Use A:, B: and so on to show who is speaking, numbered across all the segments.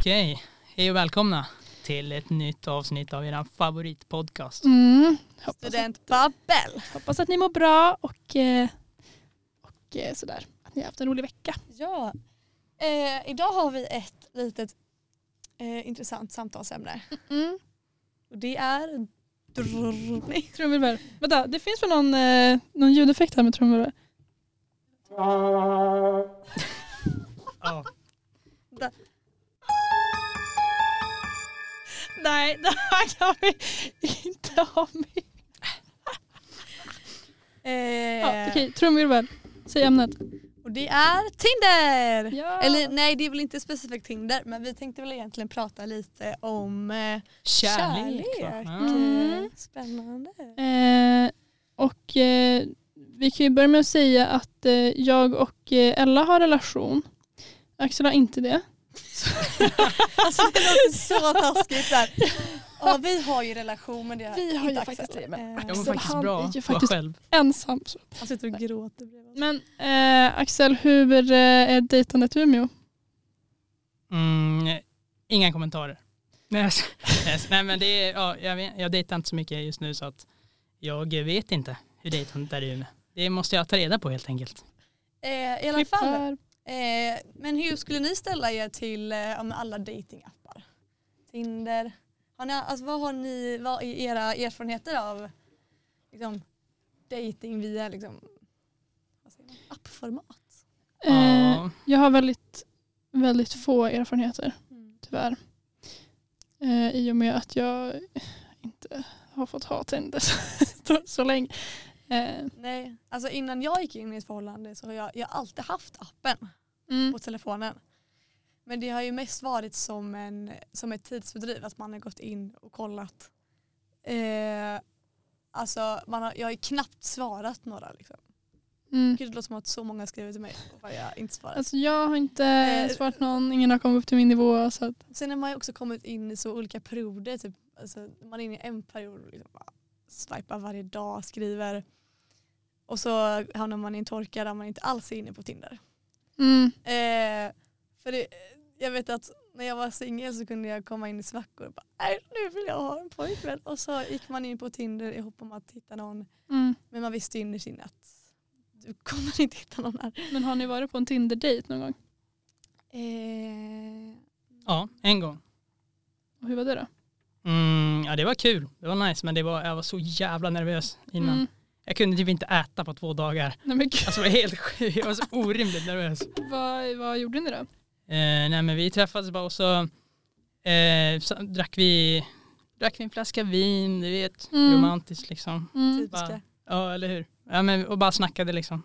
A: Okej, hej och välkomna till ett nytt avsnitt av er favoritpodcast.
B: Mm. Hoppas, att,
C: Studentbabbel.
B: hoppas att ni mår bra och, eh, och eh, sådär. Att ni har haft en rolig vecka.
C: Ja. Eh, idag har vi ett litet eh, intressant samtalsämne.
B: Mm.
C: Och det är drr, nej.
B: Trumvirvel. Vänta, det finns väl någon, eh, någon ljudeffekt här med trumvirvel?
A: Ja,
B: Nej, det här kan vi inte ha med.
C: Eh,
B: Ja, Okej, trumvirvel. Säg ämnet.
C: Och det är Tinder!
B: Ja.
C: Eller nej det är väl inte specifikt Tinder men vi tänkte väl egentligen prata lite om eh,
A: kärlek.
C: Kärlek.
A: va? Ja.
B: Mm.
C: eh, Spännande.
B: Eh, och eh, vi kan ju börja med att säga att eh, jag och eh, Ella har relation. Axel har inte det.
C: Alltså det låter så taskigt där. Ja vi har ju relation men det har
B: Vi har
C: inte
B: ju
C: Axel.
B: faktiskt det, men
C: Eh,
A: Jag mår
B: Axel,
A: faktiskt
B: han
A: bra,
B: är ju
A: var
B: faktiskt-
A: själv.
B: Ensam. Så.
C: Han sitter och gråter bredvid oss.
B: Men eh, Axel, hur eh, är dejtandet i Umeå?
A: Mm, inga kommentarer. Nej, jag s- jag s- Nej men det är, ja, jag, vet, jag dejtar inte så mycket just nu så att jag vet inte hur dejtandet är i Umeå. Det måste jag ta reda på helt enkelt.
C: Eh, I alla
B: Klipp
C: fall.
B: här.
C: Eh, men hur skulle ni ställa er till eh, ja, men alla datingappar? Tinder? Har ni, alltså, vad har ni, vad är era erfarenheter av liksom, dating via liksom, vad säger man, appformat?
B: Eh,
A: Ja.
B: jag har väldigt, väldigt få erfarenheter tyvärr. Eh, I och med att jag inte har fått ha Tinder så, så länge. Eh,
C: Nej, alltså innan jag gick in i ett förhållande så har jag, jag har alltid haft appen
B: mm,
C: på telefonen. Men det har ju mest varit som, en, som ett tidsfördriv att man har gått in och kollat. Eh, alltså man har, jag har ju knappt svarat några liksom.
B: mm.
C: Gud, det låter som att så många har skrivit till mig och bara jag har inte svarat.
B: Alltså jag har inte
C: Eh,
B: svarat någon, ingen har kommit upp till min nivå. Så att,
C: Sen har man ju också kommit in i så olika perioder. Typ, alltså, man är inne i en period och liksom bara swipar varje dag, skriver. Och så hamnar man i en torka där man inte alls är inne på Tinder.
B: mm,
C: Eh, för det, jag vet att när jag var singel så kunde jag komma in i svackor och bara nej nu vill jag ha en pojkvän. Och så gick man in på Tinder i hopp om att hitta någon.
B: mm.
C: Men man visste ju innerst inne att du kommer inte hitta någon här.
B: Men har ni varit på en Tinder-dejt någon gång?
C: Eh,
A: Ja, en gång.
B: Och hur var det då?
A: Mm, ja det var kul, det var nice men det var, jag var så jävla nervös innan.
B: Mm.
A: Jag kunde typ inte äta på två dagar.
B: Nej, men gud,
A: Alltså det var helt sjukt, jag var så orimligt nervös.
C: Alltså.
B: vad, vad gjorde ni då?
A: Eh, nej men vi träffades bara och så, eh, så drack, vi, drack vi en flaska vin, du vet,
B: Mm.
A: romantiskt liksom.
B: Mm.
C: typiska.
A: Ja eller hur. Ja, men, och bara snackade liksom.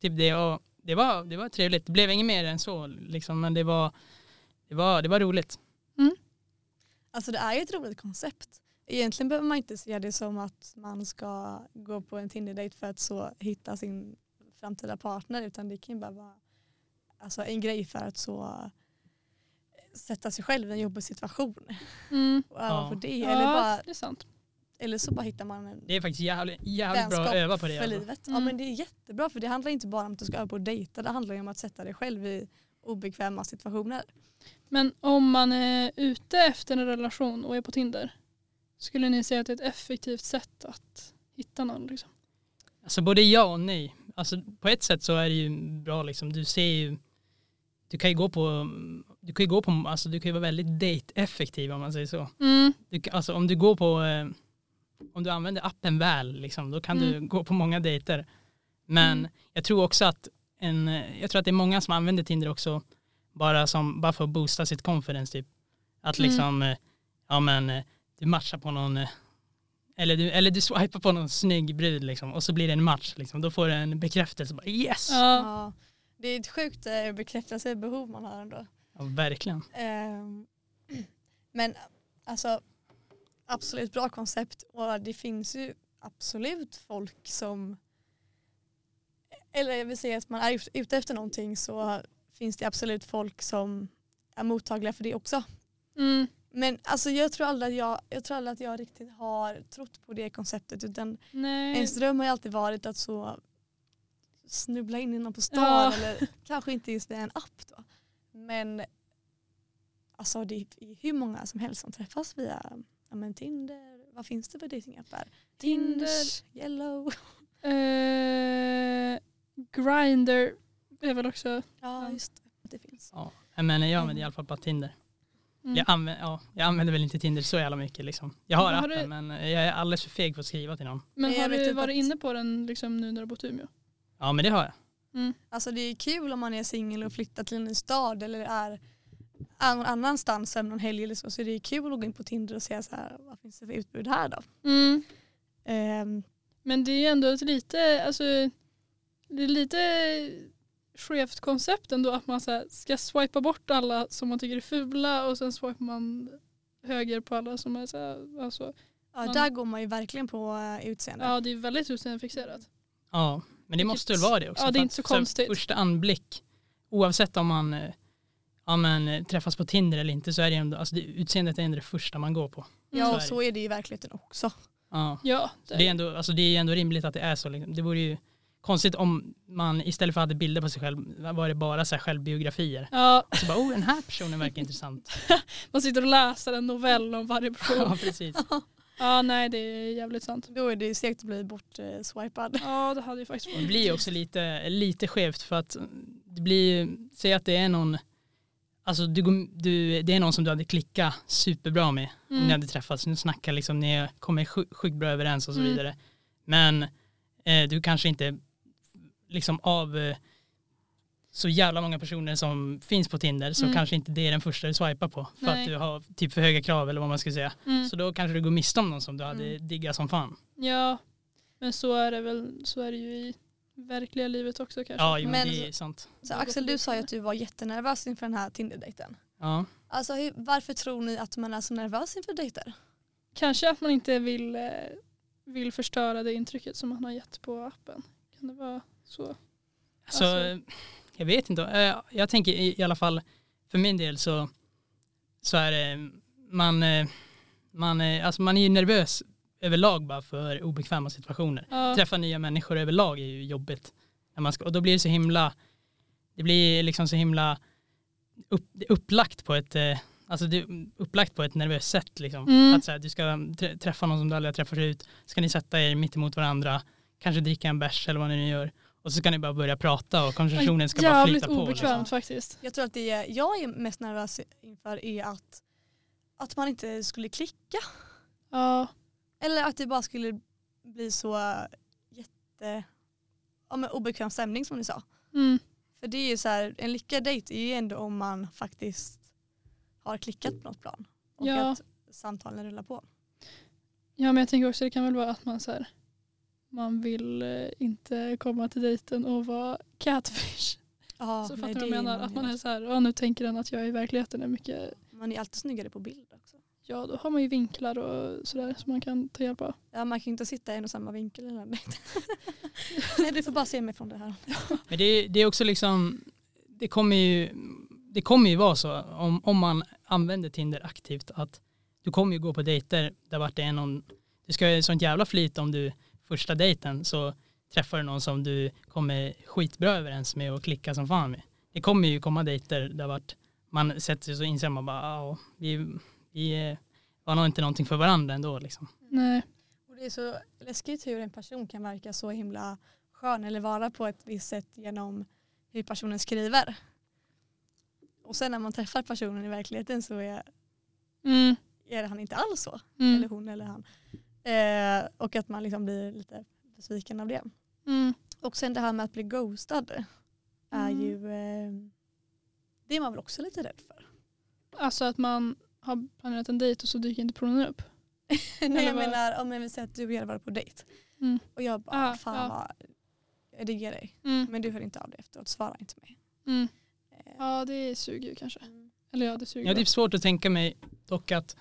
A: Typ det och det var, det var trevligt, det blev inget mer än så liksom men det var, det var, det var roligt.
C: Alltså det är ju ett roligt koncept. Egentligen behöver man inte se det som att man ska gå på en Tinder-dejt för att så hitta sin framtida partner utan det kan ju bara vara alltså, en grej för att så sätta sig själv i en jobbig situation
B: Mm.
C: och öva
A: Ja.
C: på det.
B: Ja,
C: Eller, bara,
B: det är sant.
C: eller så bara hittar man en
A: Det är faktiskt jävligt, jävligt bra
C: vänskap
A: att öva på det.
C: för
A: Alltså.
C: livet. Ja
B: Mm.
C: men det är jättebra för det handlar inte bara om att du ska öva på att dejta det handlar ju om att sätta dig själv i obekväma situationer.
B: Men om man är ute efter en relation och är på Tinder, skulle ni säga att det är ett effektivt sätt att hitta någon? Liksom?
A: Alltså både ja och nej. Alltså på ett sätt så är det ju bra liksom. Du ser ju, du kan ju gå på, du kan ju gå på, alltså du kan ju vara väldigt date-effektiv om man säger så.
B: Mm.
A: Du, kan- alltså om du går på, eh, om du använder appen väl liksom, då kan du
B: Mm.
A: gå på många dejter. Men
B: Mm.
A: jag tror också att en, eh, jag tror att det är många som använder Tinder också bara som, bara för att boosta sitt confidence typ. Att
B: Mm.
A: liksom, eh, ja men eh, du matchar på någon, eh, eller du, eller du swipar på någon snygg brud liksom och så blir det en match liksom. Då får du en bekräftelse bara yes! Ja,
B: Ja.
C: Ja. Det är ett sjukt eh, bekräftelsebehov man har ändå.
A: verkligen.
C: Ehm, Men alltså absolut bra koncept och det finns ju absolut folk som eller jag vill säga att man är ut- ute efter någonting så finns det absolut folk som är mottagliga för det också.
B: Mm.
C: Men alltså jag tror aldrig att jag, jag, tror aldrig att jag riktigt har trott på det konceptet utan
B: Nej.
C: ens dröm har ju alltid varit att så snubbla in i någon på stan
B: Ja.
C: eller kanske inte just via en app då. Men alltså det är hur många som helst som träffas via ja, men Tinder, vad finns det för dejtingappar? Tinder, Yellow.
B: Eh, Grinder är väl också...
C: Ja just det, det finns.
A: Ja, jag menar jag använder i alla fall bara Tinder.
B: Mm.
A: Jag, använder, ja, jag använder väl inte Tinder så jävla mycket liksom. Jag har,
B: Men har
A: appen men jag är alldeles för feg för att skriva till någon.
B: Men
C: Jag
B: har
C: vet
B: du
C: inte
B: varit
C: att-
B: inne på den liksom, nu när du har bott i Umeå? Mm.
A: Ja men det har jag.
C: Alltså det är kul om man är singel och flyttar till en ny stad eller är är någon annanstans än någon helg eller så. Så det är kul att gå in på Tinder och se så här, vad finns det för utbud här då.
B: Mm.
C: Ehm,
B: Men det är ändå ett lite, alltså, det är lite skevt koncept ändå att man så här, ska swipa bort alla som man tycker är fula och sen swipar man höger på alla som är så här, alltså,
C: ja,
B: Man-
C: där går man ju verkligen på eh, utseende.
B: ja det är väldigt utseendefixerat.
A: Ja, men det
B: Vilket-
A: måste väl vara det också.
B: ja, det är
A: för
B: inte
A: att
B: så
A: här
B: konstigt.
A: Första anblick, oavsett om man eh, ja, men, eh, träffas på Tinder eller inte så är det ändå, alltså, det, utseendet är ändå det första man går på.
C: Ja, och
A: Så är
C: så är det ju i verkligheten också.
A: Ja.
B: Ja, det,
A: Det, är ändå, alltså, det är ändå rimligt att det är så. Liksom. Det vore ju konstigt om man istället för att ha bilder på sig själv var det bara så här självbiografier.
B: ja,
A: Så bara, oh den här personen verkar intressant.
B: man sitter och läser en novell om varje person.
A: Ja, precis.
B: ja nej det är jävligt sant.
C: Då är det ju segt att bli eh, bortswipad.
B: Ja det hade ju faktiskt
A: Det
B: varit.
A: blir ju också lite, lite skevt för att det blir ju, säg att det är någon, alltså du, går- du, det är någon som du hade klickat superbra med om ni
B: Mm.
A: hade träffats. Nu snackar liksom, ni kommer sj- sjukt bra överens och så
B: Mm.
A: vidare. Men eh, du kanske inte liksom av eh, så jävla många personer som finns på Tinder så
B: Mm.
A: kanske inte det är den första du swipar på för
B: Nej.
A: att du har typ för höga krav eller vad man ska säga.
B: Mm.
A: Så då kanske du går miste om någon som du hade
C: Mm.
A: diggat som fan.
B: Ja, men så är det väl, så är det ju i verkliga livet också kanske.
A: Ja, jo,
C: Men-
A: det är sant.
C: Så Axel, du sa ju att du var jättenervös inför den här Tinder-dejten.
A: Ja.
C: Alltså hur, varför tror ni att man är så nervös inför dejter?
B: Kanske att man inte vill, eh, vill förstöra det intrycket som man har gett på appen. Kan det vara så?
A: Alltså,
B: Alltså-
A: jag vet inte. Eh, Jag tänker i i alla fall för min del så, så är det man, eh, man, eh, alltså man är ju nervös överlag bara för obekväma situationer.
B: Ja,
A: Träffa nya människor överlag är ju jobbigt. När man ska, och då blir det så himla, det blir liksom så himla upp, det är upplagt på ett eh, Alltså det är upplagt på ett nervöst sätt liksom.
B: Mm.
A: Att så här, du ska trä- träffa någon som du aldrig har träffat förut, ska ni sätta er mitt emot varandra, kanske dricka en bärs eller vad ni nu gör. Och så ska ni bara börja prata och konversationen ska bara
B: jävligt
A: flyta på.
B: obekvämt
A: Liksom.
B: faktiskt.
C: Jag tror att det är, jag är mest nervös inför är att, att man inte skulle klicka.
B: Ja,
C: Eller att det bara skulle bli så jätte ja, men obekväm stämning som du sa.
B: mm.
C: För det är ju så här, en lyckad dejt är ju ändå om man faktiskt har klickat på något plan. Och
B: Ja.
C: att samtalen rullar på.
B: ja men jag tänker också det kan väl vara att man så här, man vill eh, inte komma till dejten och vara catfish.
C: Ja,
B: så
C: nej,
B: fattar du
C: det
B: vad jag menar?
C: är man
B: Att
C: ju
B: man är
C: inte.
B: så här, ja, nu tänker den att jag i verkligheten är mycket,
C: Man är alltid snyggare på bild också.
B: ja då har man ju vinklar och sådär som man kan ta hjälp av.
C: Ja, man kan ju inte sitta i en och samma vinkel hela dejten. Nej, du får bara se mig från det här.
A: Men det, det är också liksom, det kommer ju, det kommer ju vara så om, om man använder Tinder aktivt att du kommer ju gå på dejter där vart det är någon, du ska ju ha sånt jävla flyt om du första dejten så träffar du någon som du kommer skitbra överens med och klicka som fan med. Det kommer ju komma dejter där vart man sätter sig och så inser man bara, ja, vi, vi eh, var nog inte någonting för varandra ändå liksom.
C: Mm.
B: Nej.
C: Och det är så läskigt hur en person kan verka så himla skön eller vara på ett visst sätt genom hur personen skriver. Och sen när man träffar personen i verkligheten så är,
B: Mm.
C: är han inte alls så.
B: Mm.
C: Eller hon eller han. Eh, och att man liksom blir lite besviken av det.
B: Mm.
C: Och sen det här med att bli ghostad är
B: Mm.
C: ju eh, det är man väl också lite rädd för.
B: Alltså att man har planerat en dejt och så dyker inte personen upp.
C: Nej jag
B: vad?
C: menar om vi säger att du och jag var på dejt.
B: Mm.
C: Och jag bara
B: Ah,
C: fan
B: ja.
C: vad jag diggar dig.
B: Mm.
C: Men du hör inte av dig efteråt, svara inte mig.
B: Mm.
C: Eh,
B: Ja det suger ju kanske. Eller ja det suger.
A: Jag har
B: bra.
A: typ svårt att tänka mig dock att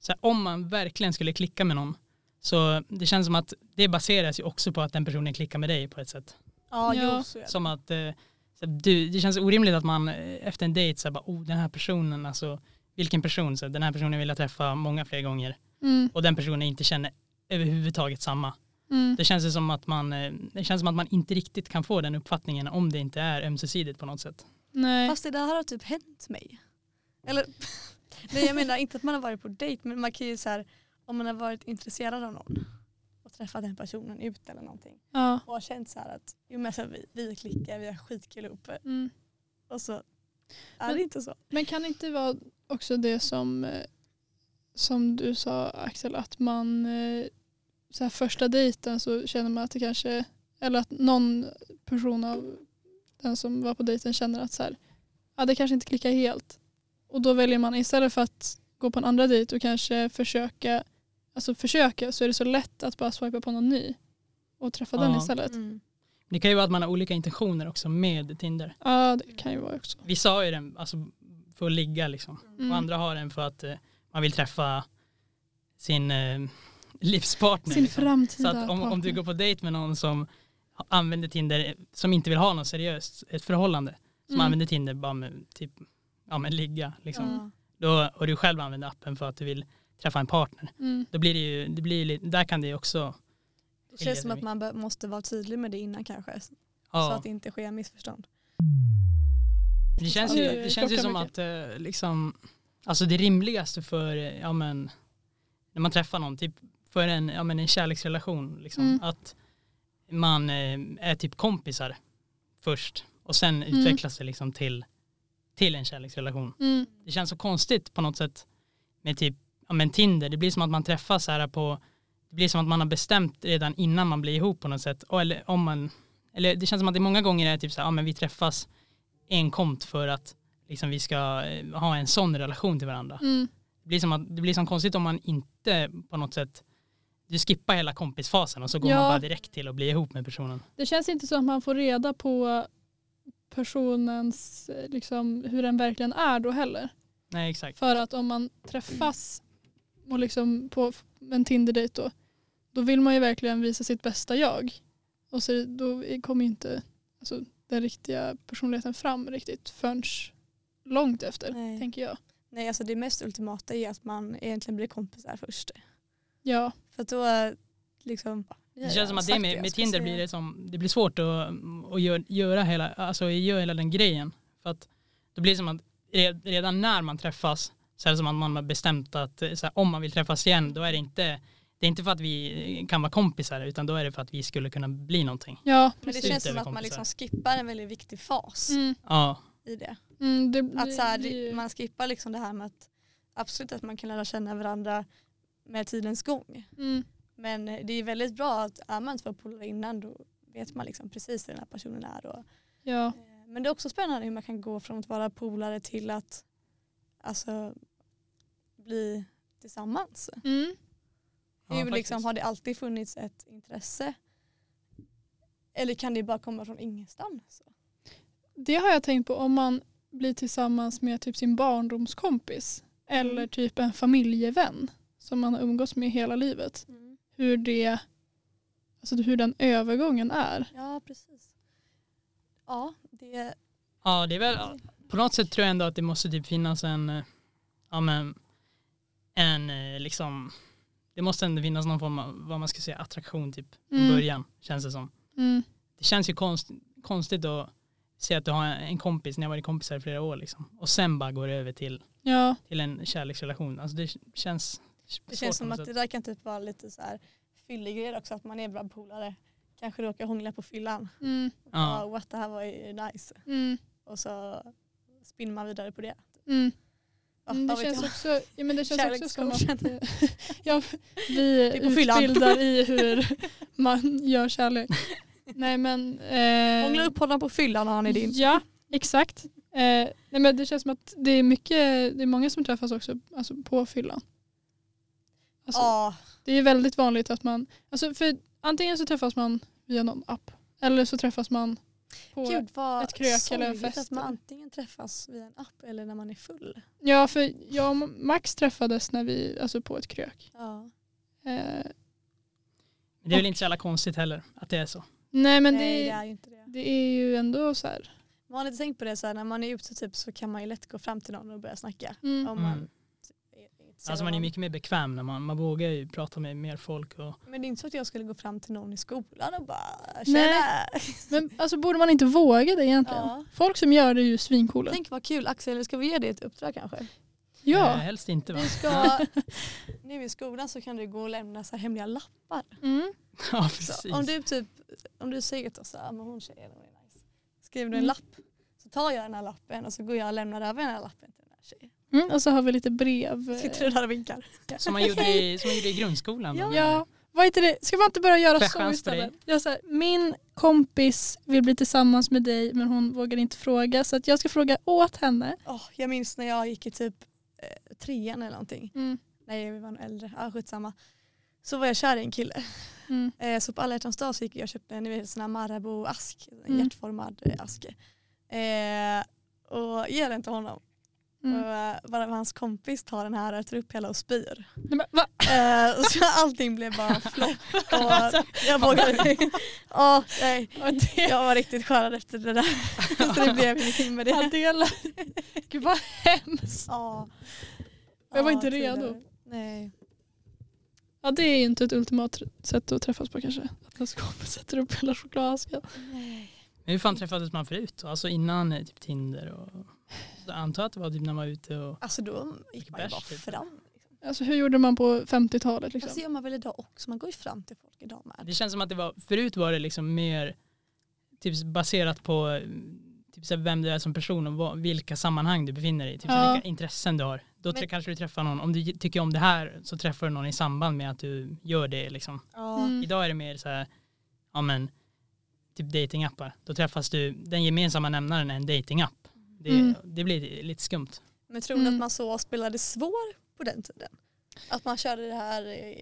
A: så här, om man verkligen skulle klicka med någon så det känns som att det baseras ju också på att den personen klickar med dig på ett sätt.
C: Ja,
B: Ja.
C: Jo, så är det.
A: Som att eh, så här, du, det känns orimligt att man eh, efter en dejt så här, bara, oh den här personen, alltså vilken person, så här, den här personen vill jag träffa många fler gånger
B: Mm.
A: och den personen inte känner överhuvudtaget samma.
B: Mm.
A: Det känns ju som att man, eh, det känns som att man inte riktigt kan få den uppfattningen om det inte är ömsesidigt på något sätt.
B: Nej.
C: Fast det där har typ hänt mig. Eller Nej jag menar inte att man har varit på dejt men man kan ju så här, om man har varit intresserad av någon och träffat den personen ut eller någonting
B: Ja.
C: och har känt så här att jo, men så här, vi, vi klickar, vi har skitkul ihop
B: Mm.
C: och så Alltså, är
B: Men-
C: det inte så.
B: Men kan det inte vara också det som, eh, som du sa Axel, att man eh, så här första dejten så känner man att det kanske, eller att någon person av den som var på dejten känner att så här, ja, det kanske inte klickar helt. Och då väljer man istället för att gå på en andra dejt och kanske försöka, alltså försöka så är det så lätt att bara swipa på någon ny och träffa den
A: Ja.
B: istället.
C: Mm.
A: Mm. Det kan ju vara att man har olika intentioner också med Tinder.
B: Ja det kan ju vara också.
A: Vissa har ju den alltså, för att ligga liksom.
B: Mm.
A: Och andra har den för att eh, man vill träffa sin eh, livspartner.
B: Sin
A: liksom. Så
B: framtida
A: att om, om du
B: partner.
A: går på dejt med någon som använder Tinder, eh, som inte vill ha något seriöst ett förhållande, som
B: Mm.
A: använder Tinder bara med typ, ja men ligga liksom.
C: Ja.
A: Då, och du själv använder appen för att du vill träffa en partner.
B: Mm.
A: Då blir det ju, det blir, ju lite- där kan det ju också,
C: Det känns som att man be- måste vara tydlig med det innan kanske så
A: ja,
C: att det inte sker missförstånd.
A: det känns
B: Ja, det
A: ju, det känns ju
B: krockar
A: som
B: mycket.
A: att eh, liksom, alltså det rimligaste för, eh, ja men, när man träffar någon, typ för en, ja, men en kärleksrelation, liksom,
B: Mm.
A: att man eh, är typ kompisar först och sen
B: Mm.
A: utvecklas det liksom till, till en kärleksrelation.
B: Mm.
A: det känns så konstigt på något sätt med typ, ja men Tinder, det blir som att man träffas så här på, det blir som att man har bestämt redan innan man blir ihop på något sätt, och, eller om man, eller det känns som att det många gånger är typ så här, ja men vi träffas enkomt för att liksom vi ska eh, ha en sån relation till varandra.
B: Mm.
A: Det blir som att, det blir som konstigt om man inte på något sätt, du skippar hela kompisfasen och så går
B: Ja.
A: man bara direkt till att bli ihop med personen.
B: Det känns inte som att man får reda på personens, eh, liksom, hur den verkligen är då heller.
A: Nej exakt.
B: För att om man träffas och liksom på f- en Tinder-dejt då, då vill man ju verkligen visa sitt bästa jag. Och så är- då är- kommer ju inte alltså, den riktiga personligheten fram riktigt förrän långt efter,
C: Nej.
B: tänker jag.
C: Nej alltså det mest ultimata är att man egentligen blir kompisar först.
B: Ja,
C: För att då eh, liksom.
A: Det känns som att det med, med Tinder blir det som, det blir svårt att, att gör, göra hela, alltså göra hela den grejen. För att det blir som att re- redan när man träffas så är det som att man har bestämt att eh, så här, om man vill träffas igen då är det inte, det är inte för att vi kan vara kompisar utan då är det för att vi skulle kunna bli någonting.
B: ja
C: Men det
B: precis.
C: känns
A: Utöver
C: som att man
A: kompisar.
C: liksom skippar en väldigt viktig fas
B: Mm,
A: Ja,
C: i det.
B: mm, det,
C: Att så här,
B: det- det-
C: man skippar liksom det här med att absolut att man kan lära känna varandra med tidens gång.
B: mm,
C: Men det är väldigt bra att är man två polare innan då vet man liksom precis hur den här personen är. Och,
B: ja.
C: eh, men det är också spännande hur man kan gå från att vara polare till att alltså, bli tillsammans.
B: Mm,
A: Ja,
C: hur
A: faktiskt.
C: liksom, har det alltid funnits ett intresse? Eller kan det bara komma från ingenstans?
B: Det har jag tänkt på om man blir tillsammans med typ sin barndomskompis
C: Mm.
B: eller typ en familjevän som man har umgåtts med hela livet. Hur, det, alltså hur den övergången är.
C: Ja, precis. Ja, det
A: Ja, det är väl, på något sätt tror jag ändå att det måste typ finnas en, eh, ja men, en eh, liksom, det måste ändå finnas någon form av, vad man ska säga, attraktion typ, från
B: Mm.
A: början känns det som.
B: Mm.
A: det känns ju konst, konstigt att se att du har en kompis, ni har varit kompisar i flera år liksom. Och sen bara går det över till,
B: Ja,
A: till en kärleksrelation. Alltså det känns
C: Det
A: svårt
C: känns
A: på
C: som
A: något
C: att det
A: sätt.
C: där kan typ vara lite så här fyllegrejer också, att man är bra polare. Kanske råkar hångla på fyllan.
B: mm,
C: Ja.
A: ja.
C: what, det här var ju nice.
B: mm,
C: Och så spinner man vidare på det.
B: mm.
C: Ja,
B: Mm,
C: vad
B: det
C: vet
B: känns
C: jag.
B: också, ja, men det känns också som att
C: Kärlekscoachen.
B: eh, ja, vi
C: Det är på fyllan.
B: utbildar i hur man gör kärlek. Nej men... eh,
C: Hångla upp honom på fyllan och han är din.
B: Ja, exakt. Eh, nej men det känns som att det är, mycket, det är många som träffas också alltså på fyllan. Alltså,
C: Ja,
B: Det är väldigt vanligt att man, alltså för antingen så träffas man via någon app eller så träffas man på...
C: gud vad
B: ett krök eller en
C: sorgligt
B: fest
C: att man
B: eller-
C: antingen träffas via en app eller när man är full.
B: Ja, för jag och Max träffades när vi, alltså på ett krök.
C: Ja.
B: Eh,
A: Men det är väl inte så jävla konstigt heller att det är så.
B: nej men
C: Nej,
B: det,
C: det är ju inte det.
B: det är ju ändå så här.
C: Man har inte tänkt på det så här, när man är ute typ så kan man ju lätt gå fram till någon och börja snacka.
B: Mm.
C: Om man
A: Mm.
C: är intresserad
A: Alltså man är
C: av
A: ju
C: någon.
A: mycket mer bekväm när man, man vågar ju prata med mer folk och
C: Men det är inte så att jag skulle gå fram till någon i skolan och bara
B: Nej.
C: tjena.
B: Men alltså borde man inte våga det egentligen?
C: Ja.
B: Folk som gör det är ju svincoola.
C: Tänk vad kul Axel, ska vi ge dig ett uppdrag kanske?
A: Eh,
B: Ja.
A: helst inte va?
C: Vi ska, nu i skolan så kan du gå och lämna så här hemliga lappar.
B: Mm.
A: ja,
C: Så
A: precis.
C: om du, typ, om du säger till oss att hon tjejen hon är nice. Skriver du en
B: Mm.
C: lapp så tar jag den här lappen och så går jag och lämnar över den här lappen till den här tjejen.
B: Mm. Och så har vi lite brev.
C: Sitter du där och vinkar?
A: Som, man gjorde i, som man gjorde i grundskolan. va?
B: Ja, vad heter det? Ska man inte börja göra
A: Får jag
B: så
A: chans på
B: istället? Jag så här, min kompis vill bli tillsammans med dig men hon vågar inte fråga så att jag ska fråga åt henne.
C: Åh, jag minns när jag gick i typ eh, trean eller någonting. Nej vi var nog äldre, ah, skitsamma. Så var jag kär i en kille.
B: Mm.
C: Eh, så på alla hjärtans dag så gick jag och köpte en ni vet, sån här Marabou-ask, en
B: Mm.
C: hjärtformad eh, aske. Eh, och ger den till honom.
B: Mm.
C: Och, eh, bara hans kompis tar den här, äter upp hela och spyr.
B: Nej, men, va?
C: Eh, och så allting blev bara flopp.
B: alltså,
A: Alltså,
C: Och jag vågade Ja, nej.
B: Och det,
C: Jag var riktigt skörad efter det där. Så det blev ingenting med
B: han
C: det.
B: delar. Gud vad hemskt.
C: Ja.
B: Jag var
C: Ja,
B: inte redo.
C: tidigare. Nej.
B: Ja, det är ju inte ett ultimat sätt att träffas på kanske. Att ens kompis sätter upp hela chokladasken.
A: Men hur fan träffades man förut? Alltså innan eh, typ Tinder och... Så jag antar att det var typ när man var ute och...
C: Alltså då gick man ju
A: Bärs,
C: bara
A: typ.
C: fram.
B: Alltså hur gjorde man på 50-talet liksom?
C: Alltså gör man väl idag också. Man går ju fram till folk idag med.
A: Det känns som att det var... Förut var det liksom mer typ baserat på eh, typ så här vem du är som person och vad, vilka sammanhang du befinner dig i. Typ så här
B: Ja.
A: vilka intressen du har. Då
C: Men-
A: tr- kanske du träffar någon. Om du gi- tycker om det här så träffar du någon i samband med att du gör det liksom.
C: Ja.
B: Mm.
A: Idag är det mer så här, ja men, typ datingappar. Då träffas du, den gemensamma nämnaren är en datingapp. Det,
B: Mm.
A: det blir lite skumt.
C: Men tror ni
B: Mm.
C: att man så spelade svår på den tiden? Att man körde det här eh,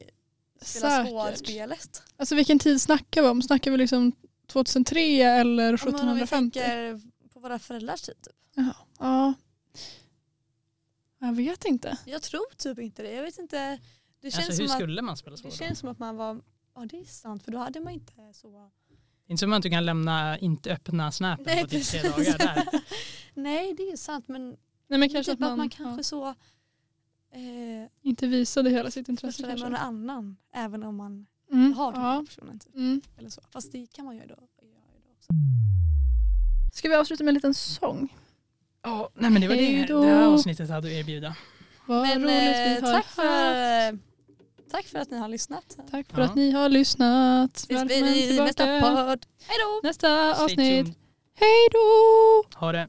C: spela
B: Säkert.
C: svår-spelet?
B: Alltså vilken tid snackar vi om? Snackar vi liksom 2003 eller
C: Ja, men Om vi
B: 1750?
C: tänker på våra föräldrars tid. Typ.
B: Ja. Jag vet inte.
C: Jag tror typ inte det. Jag vet inte. Det känns
A: alltså hur
C: som att
A: skulle man spela svår?
C: Det
A: då?
C: känns som att man var, ja det är sant för då hade man inte så.
A: Inte som att du kan lämna inte öppna snapen på typ tre dagar där.
C: Nej det är sant men
B: Nej, men
C: kanske
B: kanske
C: typ
B: att man,
C: kanske
B: ja,
C: så eh,
B: inte visade hela sitt intresse.
C: flörtar med
B: Kanske.
C: någon annan även om man
B: Mm.
C: har den här
B: Ja.
C: personen. Typ,
B: Mm.
C: eller så. Fast det kan man göra då. göra då också.
B: Ska vi avsluta med en liten sång?
A: Ja, nej men det var
B: Hej
A: det
B: då.
A: det här avsnittet hade att erbjuda.
B: Vad
C: Men
B: roligt vi
C: eh,
B: har
C: tack, för,
B: haft.
C: eh, tack för att ni har lyssnat.
B: Tack för
A: Ja.
B: att ni har lyssnat.
C: Ses
B: Välkommen
C: vi i
B: tillbaka.
C: nästa podd. Hej då!
B: Nästa
A: Stay
B: avsnitt.
A: tuned.
B: Hej då!
A: Ha det.